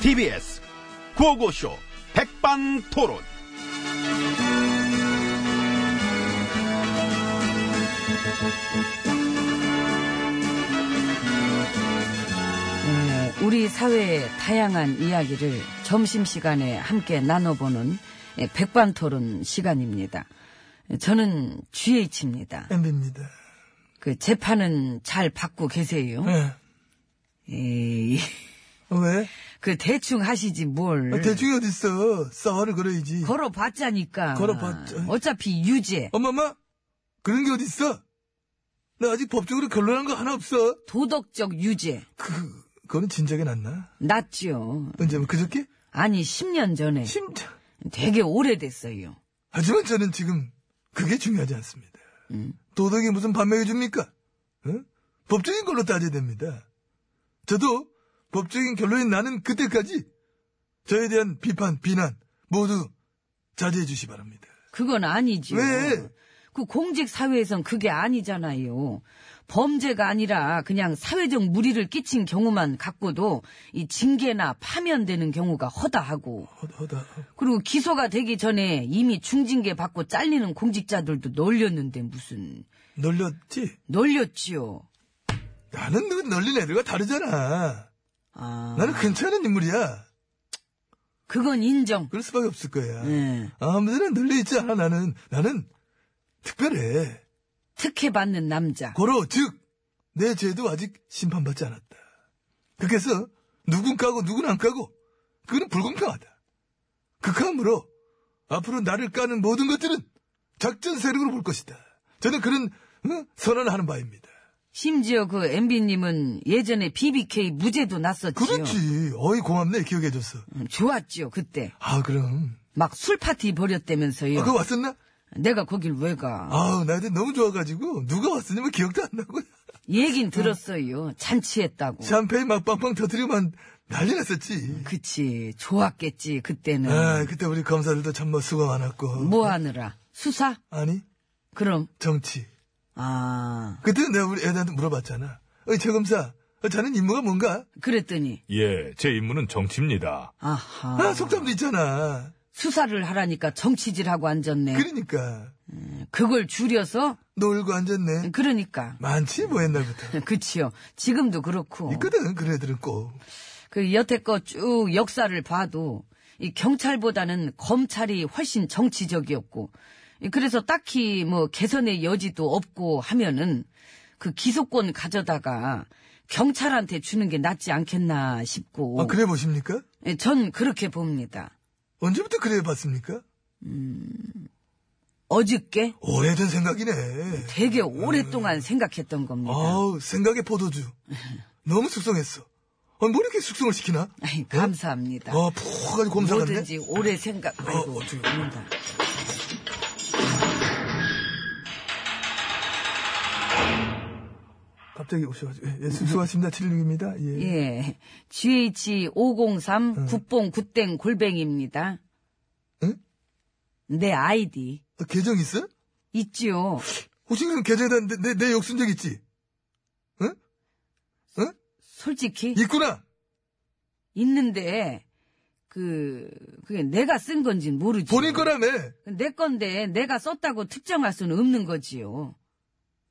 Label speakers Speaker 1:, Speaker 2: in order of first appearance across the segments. Speaker 1: TBS 구호고쇼 백반토론.
Speaker 2: 예, 우리 사회의 다양한 이야기를 점심시간에 함께 나눠보는 예, 백반토론 시간입니다. 예, 저는 GH입니다.
Speaker 3: 엠비입니다.
Speaker 2: 그 재판은 잘 받고 계세요.
Speaker 3: 예.
Speaker 2: 에이,
Speaker 3: 어, 왜?
Speaker 2: 그 대충 하시지 뭘.
Speaker 3: 아, 대충이 어딨어. 싸워를 걸어야지.
Speaker 2: 걸어봤자니까.
Speaker 3: 걸어봤자.
Speaker 2: 어차피 유죄.
Speaker 3: 엄마마? 그런 게 어딨어? 나 아직 법적으로 결론한 거 하나 없어.
Speaker 2: 도덕적 유죄.
Speaker 3: 그, 그거는 진작에 났나?
Speaker 2: 났죠.
Speaker 3: 언제, 뭐 그저께?
Speaker 2: 아니, 10년 전에.
Speaker 3: 심장.
Speaker 2: 되게 오래됐어요.
Speaker 3: 하지만 저는 지금 그게 중요하지 않습니다. 도덕이 무슨 반맥해 줍니까? 응? 법적인 걸로 따져야 됩니다. 저도 법적인 결론이 나는 그때까지 저에 대한 비판, 비난 모두 자제해 주시 바랍니다.
Speaker 2: 그건 아니지요.
Speaker 3: 왜?
Speaker 2: 그 공직 사회에선 그게 아니잖아요. 범죄가 아니라 그냥 사회적 무리를 끼친 경우만 갖고도 이 징계나 파면되는 경우가 허다하고
Speaker 3: 허다, 허다.
Speaker 2: 그리고 기소가 되기 전에 이미 중징계 받고 잘리는 공직자들도 놀렸는데 무슨
Speaker 3: 널렸지?
Speaker 2: 놀렸지요.
Speaker 3: 나는 그 널린 애들과 다르잖아.
Speaker 2: 아,
Speaker 3: 나는 괜찮은 인물이야.
Speaker 2: 그건 인정.
Speaker 3: 그럴 수밖에 없을 거야.
Speaker 2: 예.
Speaker 3: 아무데나 널려있지 않아, 나는. 나는 특별해.
Speaker 2: 특혜 받는 남자.
Speaker 3: 고로 즉, 내 죄도 아직 심판받지 않았다. 그래서 누군 까고 누군 안 까고 그거는 불공평하다. 극함으로 앞으로 나를 까는 모든 것들은 작전 세력으로 볼 것이다. 저는 그런 응? 선언을 하는 바입니다.
Speaker 2: 심지어 그 MB님은 예전에 BBK 무죄도 났었지요.
Speaker 3: 그렇지. 어이 고맙네 기억해줬어.
Speaker 2: 음, 좋았지요 그때.
Speaker 3: 아 그럼.
Speaker 2: 막 술 파티 벌였다면서요.
Speaker 3: 아, 그거 왔었나?
Speaker 2: 내가 거길 왜 가?
Speaker 3: 아우 나한테 너무 좋아가지고 누가 왔었냐면 기억도 안 나고
Speaker 2: 어. 얘긴 들었어요. 잔치했다고.
Speaker 3: 샴페인 막 빵빵 터뜨리면 난리
Speaker 2: 음.
Speaker 3: 났었지.
Speaker 2: 그치. 좋았겠지 그때는.
Speaker 3: 아 그때 우리 검사들도 참 뭐 수고 많았고.
Speaker 2: 뭐 하느라 수사?
Speaker 3: 아니
Speaker 2: 그럼
Speaker 3: 정치.
Speaker 2: 아
Speaker 3: 그때 내가 우리 애들한테 물어봤잖아. 어이, 최 검사, 어, 자는 임무가 뭔가?
Speaker 2: 그랬더니
Speaker 4: 예, 제 임무는 정치입니다.
Speaker 3: 아,
Speaker 2: 아하
Speaker 3: 속담도 있잖아.
Speaker 2: 수사를 하라니까 정치질하고 앉았네.
Speaker 3: 그러니까.
Speaker 2: 그걸 줄여서
Speaker 3: 놀고 앉았네.
Speaker 2: 그러니까.
Speaker 3: 많지, 뭐, 옛날부터.
Speaker 2: 그치요. 지금도 그렇고.
Speaker 3: 있거든, 그런 애들은 꼭.
Speaker 2: 그 여태껏 쭉 역사를 봐도 이 경찰보다는 검찰이 훨씬 정치적이었고 이 그래서 딱히 뭐 개선의 여지도 없고 하면은 그 기소권 가져다가 경찰한테 주는 게 낫지 않겠나 싶고
Speaker 3: 아, 그래 보십니까?
Speaker 2: 예, 전 그렇게 봅니다.
Speaker 3: 언제부터 그래 봤습니까?
Speaker 2: 어저께
Speaker 3: 오래된 생각이네.
Speaker 2: 되게 오랫동안 생각했던 겁니다.
Speaker 3: 음. 아우, 생각의 포도주. 너무 숙성했어. 아, 뭐 이렇게 숙성을 시키나?
Speaker 2: 아이, 감사합니다.
Speaker 3: 아, 푹 아주 곰삭았네.
Speaker 2: 뭐든지 오래 생각 아이고
Speaker 3: 어떻게
Speaker 2: 죽는다.
Speaker 3: 갑자기 오셔가지고. 예, 예, 수- 수고하십니다. 716입니다. 예.
Speaker 2: 예. GH503 국뽕 굿땡 골뱅입니다.
Speaker 3: 응?
Speaker 2: 내 아이디.
Speaker 3: 어, 계정 있어?
Speaker 2: 있지요.
Speaker 3: 혹시 그럼 계좌에다 내, 내, 내 욕쓴 적 있지? 응? 응?
Speaker 2: 솔직히
Speaker 3: 있구나!
Speaker 2: 있는데 그 그게 내가 쓴 건지 모르지.
Speaker 3: 본인 거라며!
Speaker 2: 내 건데 내가 썼다고 특정할 수는 없는 거지요.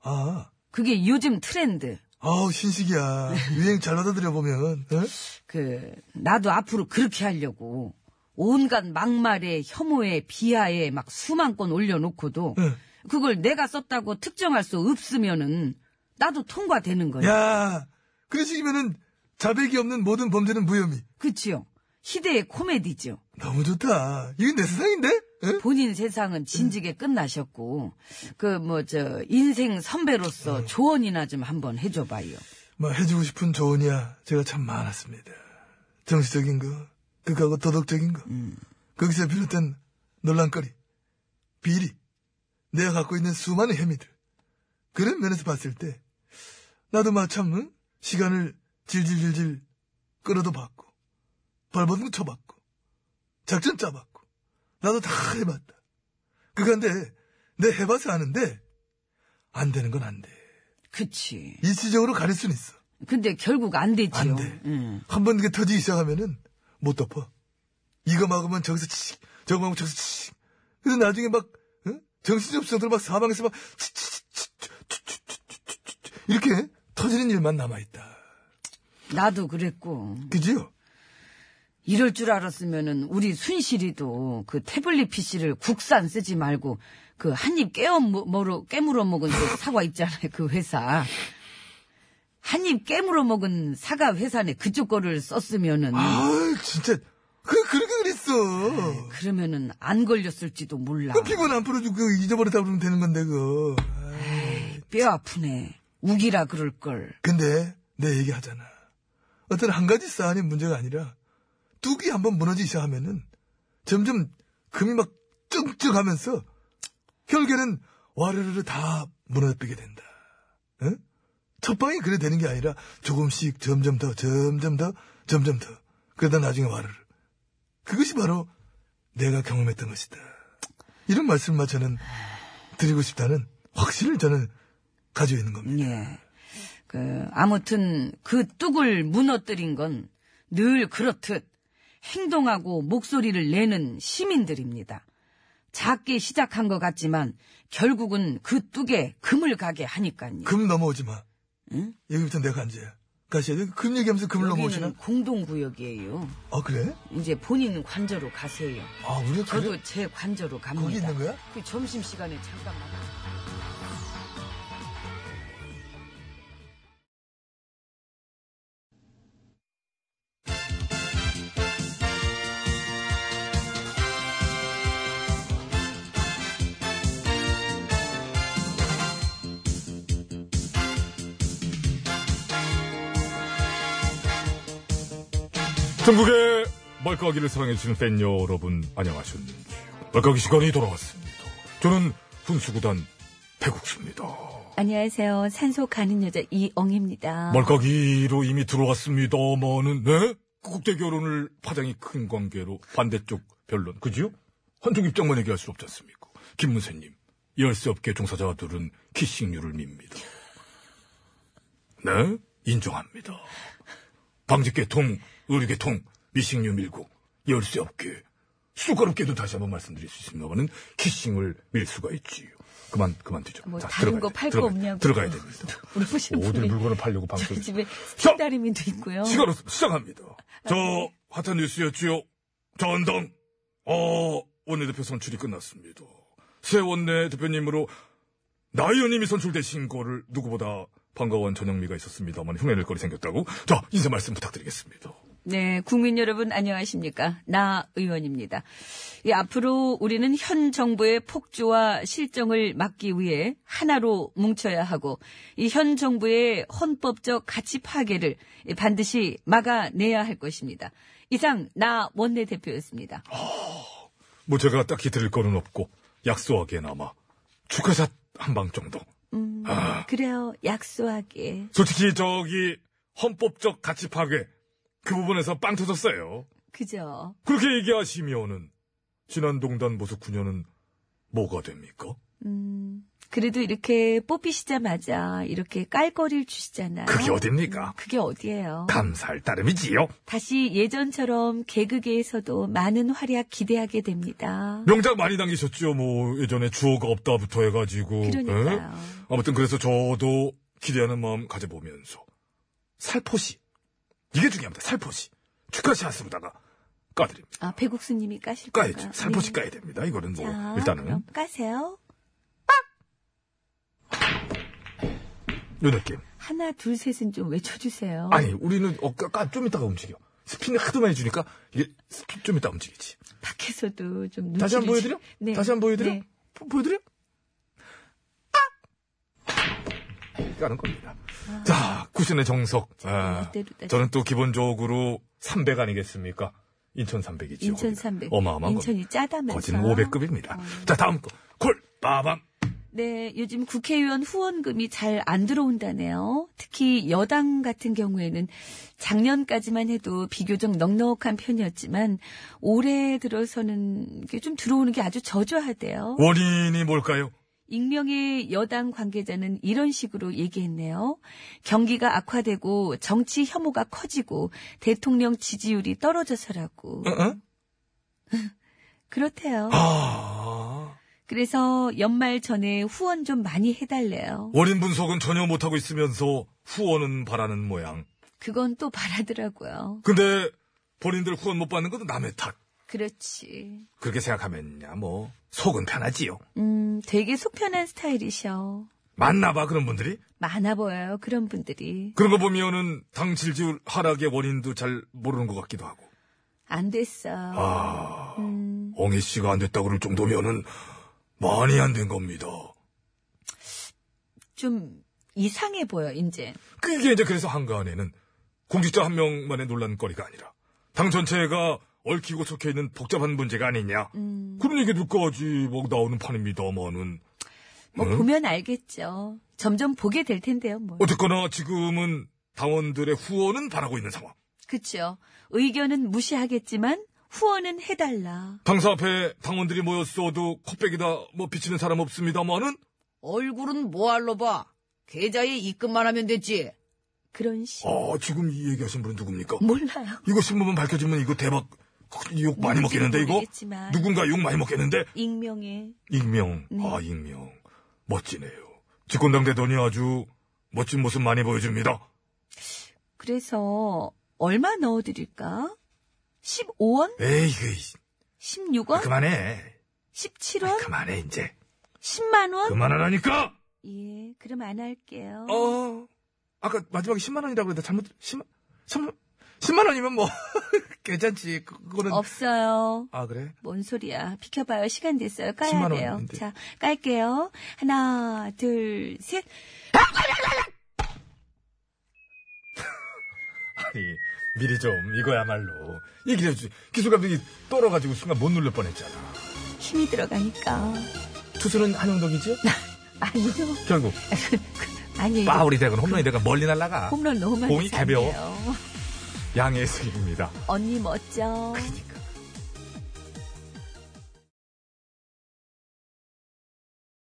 Speaker 3: 아,
Speaker 2: 그게 요즘 트렌드.
Speaker 3: 아우, 신식이야. 유행 잘 받아들여보면, 응?
Speaker 2: 그 나도 앞으로 그렇게 하려고 온갖 막말에 혐오에 비하에 막 수만 건 올려놓고도
Speaker 3: 응.
Speaker 2: 그걸 내가 썼다고 특정할 수 없으면은 나도 통과되는 거예요.
Speaker 3: 야, 그러시면은 자백이 없는 모든 범죄는 무혐의.
Speaker 2: 그치요? 희대의 코미디죠.
Speaker 3: 너무 좋다. 이건 내 세상인데? 응?
Speaker 2: 본인 세상은 진지게 끝나셨고 그 뭐 저 인생 선배로서
Speaker 3: 네.
Speaker 2: 조언이나 좀 한번 해줘봐요.
Speaker 3: 뭐, 해주고 싶은 조언이야. 제가 참 많았습니다. 정치적인 거, 극하고 도덕적인 거, 거기서 비롯된 논란거리, 비리, 내가 갖고 있는 수많은 혐의들. 그런 면에서 봤을 때, 나도 마참, 응? 시간을 질질질질 끌어도 봤고, 발버둥 쳐봤고, 작전 짜봤고, 나도 다 해봤다. 그간데, 내 해봐서 아는데, 안 되는 건 안 돼.
Speaker 2: 그치.
Speaker 3: 일시적으로 가릴 순 있어.
Speaker 2: 근데 결국 안 되지요.
Speaker 3: 안 돼.
Speaker 2: 응.
Speaker 3: 한 번 그게 터지기 시작하면은 못 덮어. 이거 막으면 저기서 치, 저거 막으면 저기서 치. 근데 나중에 막, 응? 정신접수자들 막 사망해서 막, 치, 치, 치, 치, 치, 치, 치, 치, 치, 치, 치. 이렇게 터지는 일만 남아있다.
Speaker 2: 나도 그랬고.
Speaker 3: 그지요?
Speaker 2: 이럴 줄 알았으면은 우리 순실이도 그 태블릿 PC를 국산 쓰지 말고 그 한입 깨어 먹으러 깨물어 먹은 그 사과 있잖아요 그 회사 한입 깨물어 먹은 사과 회사네 그쪽 거를 썼으면은
Speaker 3: 아 진짜. 그, 그렇게 그랬어.
Speaker 2: 그러면은 안 걸렸을지도 몰라
Speaker 3: 그 피곤 안 풀어주고 그 잊어버렸다 그러면 되는 건데, 그거. 아이.
Speaker 2: 뼈 아프네 우기라 그럴 걸
Speaker 3: 근데 내 얘기하잖아. 어떤 한 가지 사안이 문제가 아니라 뚝이 한번 무너지기 시작하면은 점점 금이 막 쩍쩍하면서 결국에는 와르르르 다 무너뜨리게 된다. 응? 첫 방이 그래 되는 게 아니라 조금씩 점점 더 점점 더 점점 더 그러다 나중에 와르르 그것이 바로 내가 경험했던 것이다. 이런 말씀만 저는 드리고 싶다는 확신을 저는 가지고 있는 겁니다.
Speaker 2: 예. 그, 아무튼 그 뚝을 무너뜨린 건 늘 그렇듯 행동하고 목소리를 내는 시민들입니다. 작게 시작한 것 같지만 결국은 그 뚝에 금을 가게 하니까요.
Speaker 3: 금 넘어오지 마. 여기부터 내가 간제야. 가시야. 금 얘기하면서 금을 넘어오시나?
Speaker 2: 여기는 공동구역이에요.
Speaker 3: 아, 그래?
Speaker 2: 이제 본인 관저로 가세요.
Speaker 3: 아, 우리가
Speaker 2: 저도
Speaker 3: 그래?
Speaker 2: 제 관저로 갑니다.
Speaker 3: 거기 있는 거야?
Speaker 2: 그 점심시간에 잠깐만.
Speaker 4: 전국의 말까기를 사랑해주시는 팬 여러분, 안녕하셨는지. 말까기 시간이 돌아왔습니다. 저는 훈수구단 백국수입니다.
Speaker 5: 안녕하세요. 산소 가는 여자 이엉입니다.
Speaker 4: 말까기로 이미 들어왔습니다마는, 네? 국대 결혼을 파장이 큰 관계로 반대쪽 변론, 그지요? 한쪽 입장만 얘기할 수 없지 않습니까? 김문세님, 열쇠업계 종사자들은 키싱류를 밉니다. 네? 인정합니다. 방직계통, 의류계통, 미싱류 밀고, 열쇠업계, 수가롭게도 다시 한번 말씀드릴 수 있습니다만은, 키싱을 밀 수가 있지요. 그만, 그만 되죠.
Speaker 5: 뭐 다른 거 팔 거 없냐고
Speaker 4: 들어가야 됩니다.
Speaker 5: 물어보신
Speaker 4: 뭐 어딜
Speaker 5: 분이
Speaker 4: 물건을 팔려고 방송을.
Speaker 5: 저희 집에 아,
Speaker 4: 자,
Speaker 5: 신다리민도 있고요.
Speaker 4: 시간 없습니다. 시작합니다. 저,
Speaker 5: 네.
Speaker 4: 핫한 뉴스였지요. 전당. 어, 원내대표 선출이 끝났습니다. 새 원내 대표님으로 나의원님이 선출되신 거를 누구보다 반가워한 전영미가 있었습니다만 흉내낼 거리 생겼다고. 자, 인사 말씀 부탁드리겠습니다.
Speaker 5: 네, 국민 여러분 안녕하십니까? 나 의원입니다. 이 앞으로 우리는 현 정부의 폭주와 실정을 막기 위해 하나로 뭉쳐야 하고 이 현 정부의 헌법적 가치 파괴를 반드시 막아내야 할 것입니다. 이상 나 원내 대표였습니다.
Speaker 4: 뭐 제가 딱히 드릴 거는 없고 약소하기에나마 축하샷 한 방 정도.
Speaker 5: 음,
Speaker 4: 아.
Speaker 5: 그래요, 약소하게.
Speaker 4: 솔직히 저기 헌법적 가치 파괴 그 부분에서 빵 터졌어요.
Speaker 5: 그죠?
Speaker 4: 그렇게 얘기하시면은 지난 동단 보수 9년은 뭐가 됩니까?
Speaker 5: 음, 그래도 이렇게 뽑히시자마자 이렇게 깔거리를 주시잖아요.
Speaker 4: 그게 어딥니까?
Speaker 5: 그게 어디예요?
Speaker 4: 감사할 따름이지요.
Speaker 5: 다시 예전처럼 개그계에서도 많은 활약 기대하게 됩니다.
Speaker 4: 명작 많이 당기셨죠. 뭐 예전에 주어가 없다부터 해가지고.
Speaker 5: 그러니까요.
Speaker 4: 예? 아무튼 그래서 저도 기대하는 마음 가져보면서 살포시 이게 중요합니다. 살포시 축하샷으로다가 까드립니다.
Speaker 5: 아, 배국수님이 까실 건가요?
Speaker 4: 까야죠. 살포시
Speaker 5: 네.
Speaker 4: 까야 됩니다. 이거는 뭐
Speaker 5: 자,
Speaker 4: 일단은
Speaker 5: 그럼 까세요.
Speaker 4: 요
Speaker 5: 어.
Speaker 4: 느낌.
Speaker 5: 하나, 둘, 셋은 좀 외쳐주세요.
Speaker 4: 아니 우리는 어, 까, 까, 좀 이따가 움직여. 스피닝 하도 많이 주니까 이게 스피 좀 이따 움직이지.
Speaker 5: 밖에서도 좀 눈치를
Speaker 4: 다시 한번 보여드려?
Speaker 5: 주- 네.
Speaker 4: 다시 한번 보여드려?
Speaker 5: 네.
Speaker 4: 보- 보여드려? 아! 까는 겁니다. 자, 쿠션의 정석. 아,
Speaker 5: 아. 네, 이때로 따지면-
Speaker 4: 저는 또 기본적으로 300 아니겠습니까? 인천 300이죠.
Speaker 5: 인천 300.
Speaker 4: 어마어마한
Speaker 5: 인천이
Speaker 4: 겁니다.
Speaker 5: 짜다면서.
Speaker 4: 거진 500급입니다.
Speaker 5: 어.
Speaker 4: 자, 다음 거. 콜! 빠밤!
Speaker 5: 네, 요즘 국회의원 후원금이 잘 안 들어온다네요. 특히 여당 같은 경우에는 작년까지만 해도 비교적 넉넉한 편이었지만 올해 들어서는 이게 좀 들어오는 게 아주 저조하대요.
Speaker 4: 원인이 뭘까요?
Speaker 2: 익명의 여당 관계자는 이런 식으로 얘기했네요. 경기가 악화되고 정치 혐오가 커지고 대통령 지지율이 떨어져서라고.
Speaker 6: 어?
Speaker 2: 그렇대요.
Speaker 6: 아.
Speaker 2: 그래서 연말 전에 후원 좀 많이 해달래요.
Speaker 4: 원인 분석은 전혀 못하고 있으면서 후원은 바라는 모양.
Speaker 2: 그건 또 바라더라고요.
Speaker 4: 근데 본인들 후원 못 받는 것도 남의 탓.
Speaker 2: 그렇지.
Speaker 4: 그렇게 생각하면야 뭐 속은 편하지요.
Speaker 2: 음, 되게 속편한 스타일이셔.
Speaker 4: 맞나봐 그런 분들이.
Speaker 2: 많아 보여요, 그런 분들이.
Speaker 4: 그런 거 보면은 당 지지율 하락의 원인도 잘 모르는 것 같기도 하고.
Speaker 2: 안 됐어.
Speaker 4: 아,
Speaker 2: 음,
Speaker 4: 엉희 씨가 안 됐다 그럴 정도면은 많이 안 된 겁니다.
Speaker 2: 좀 이상해 보여, 이제.
Speaker 4: 그게 이제 그래서 한가한에는 공직자 한 명만의 논란거리가 아니라 당 전체가 얽히고 속해 있는 복잡한 문제가 아니냐.
Speaker 2: 음,
Speaker 4: 그런 얘기들까지 막 나오는 판입니다만은
Speaker 2: 뭐
Speaker 4: 응?
Speaker 2: 보면 알겠죠. 점점 보게 될 텐데요, 뭐.
Speaker 4: 어쨌거나 지금은 당원들의 후원은 바라고 있는 상황.
Speaker 2: 그쵸. 의견은 무시하겠지만 후원은 해달라.
Speaker 4: 당사 앞에 당원들이 모였어도 코빼기다 뭐 비치는 사람 없습니다만은
Speaker 7: 얼굴은 뭐할로 봐. 계좌에 입금만 하면 됐지.
Speaker 2: 그런 식.
Speaker 4: 아 지금 이 얘기하신 분은 누굽니까?
Speaker 2: 뭐- 몰라요.
Speaker 4: 이거 신문만 밝혀지면 이거 대박 그 욕 많이
Speaker 2: 뭐
Speaker 4: 먹겠는데 이거
Speaker 2: 모르겠지만
Speaker 4: 누군가 욕 많이 먹겠는데
Speaker 2: 익명의
Speaker 4: 익명
Speaker 2: 네.
Speaker 4: 아 익명 멋지네요 집권당 대돈이 아주 멋진 모습 많이 보여줍니다
Speaker 2: 그래서 얼마 넣어드릴까? 15원?
Speaker 4: 에이 그
Speaker 2: 16원?
Speaker 4: 그만해
Speaker 2: 17원?
Speaker 4: 그만해 이제
Speaker 2: 10만원?
Speaker 4: 그만하라니까
Speaker 2: 예, 그럼 안 할게요.
Speaker 4: 어 아까 마지막에 10만 원이라고 그랬다 잘못 10만 10만 원이면 뭐 괜찮지 그- 그거는
Speaker 2: 없어요.
Speaker 4: 아 그래
Speaker 2: 뭔 소리야. 비켜봐요. 시간 됐어요. 까야
Speaker 4: 10만
Speaker 2: 돼요.
Speaker 4: 원인데.
Speaker 2: 자, 깔게요. 하나, 둘, 셋.
Speaker 4: 아니 미리 좀 이거야말로 얘기해 주지 기술 감독이 떨어가지고 순간 못 눌릴 뻔했잖아
Speaker 2: 힘이 들어가니까.
Speaker 4: 투수는 한영덕이지요
Speaker 2: 아니요.
Speaker 4: 결국
Speaker 2: 아니에요.
Speaker 4: 파울이 되건 홈런이 되건 멀리 날아가
Speaker 2: 홈런 너무 많이
Speaker 4: 공이 가벼워.
Speaker 2: 찼네요.
Speaker 4: 양해의 승입니다
Speaker 2: 언니 멋져.
Speaker 4: 그러니까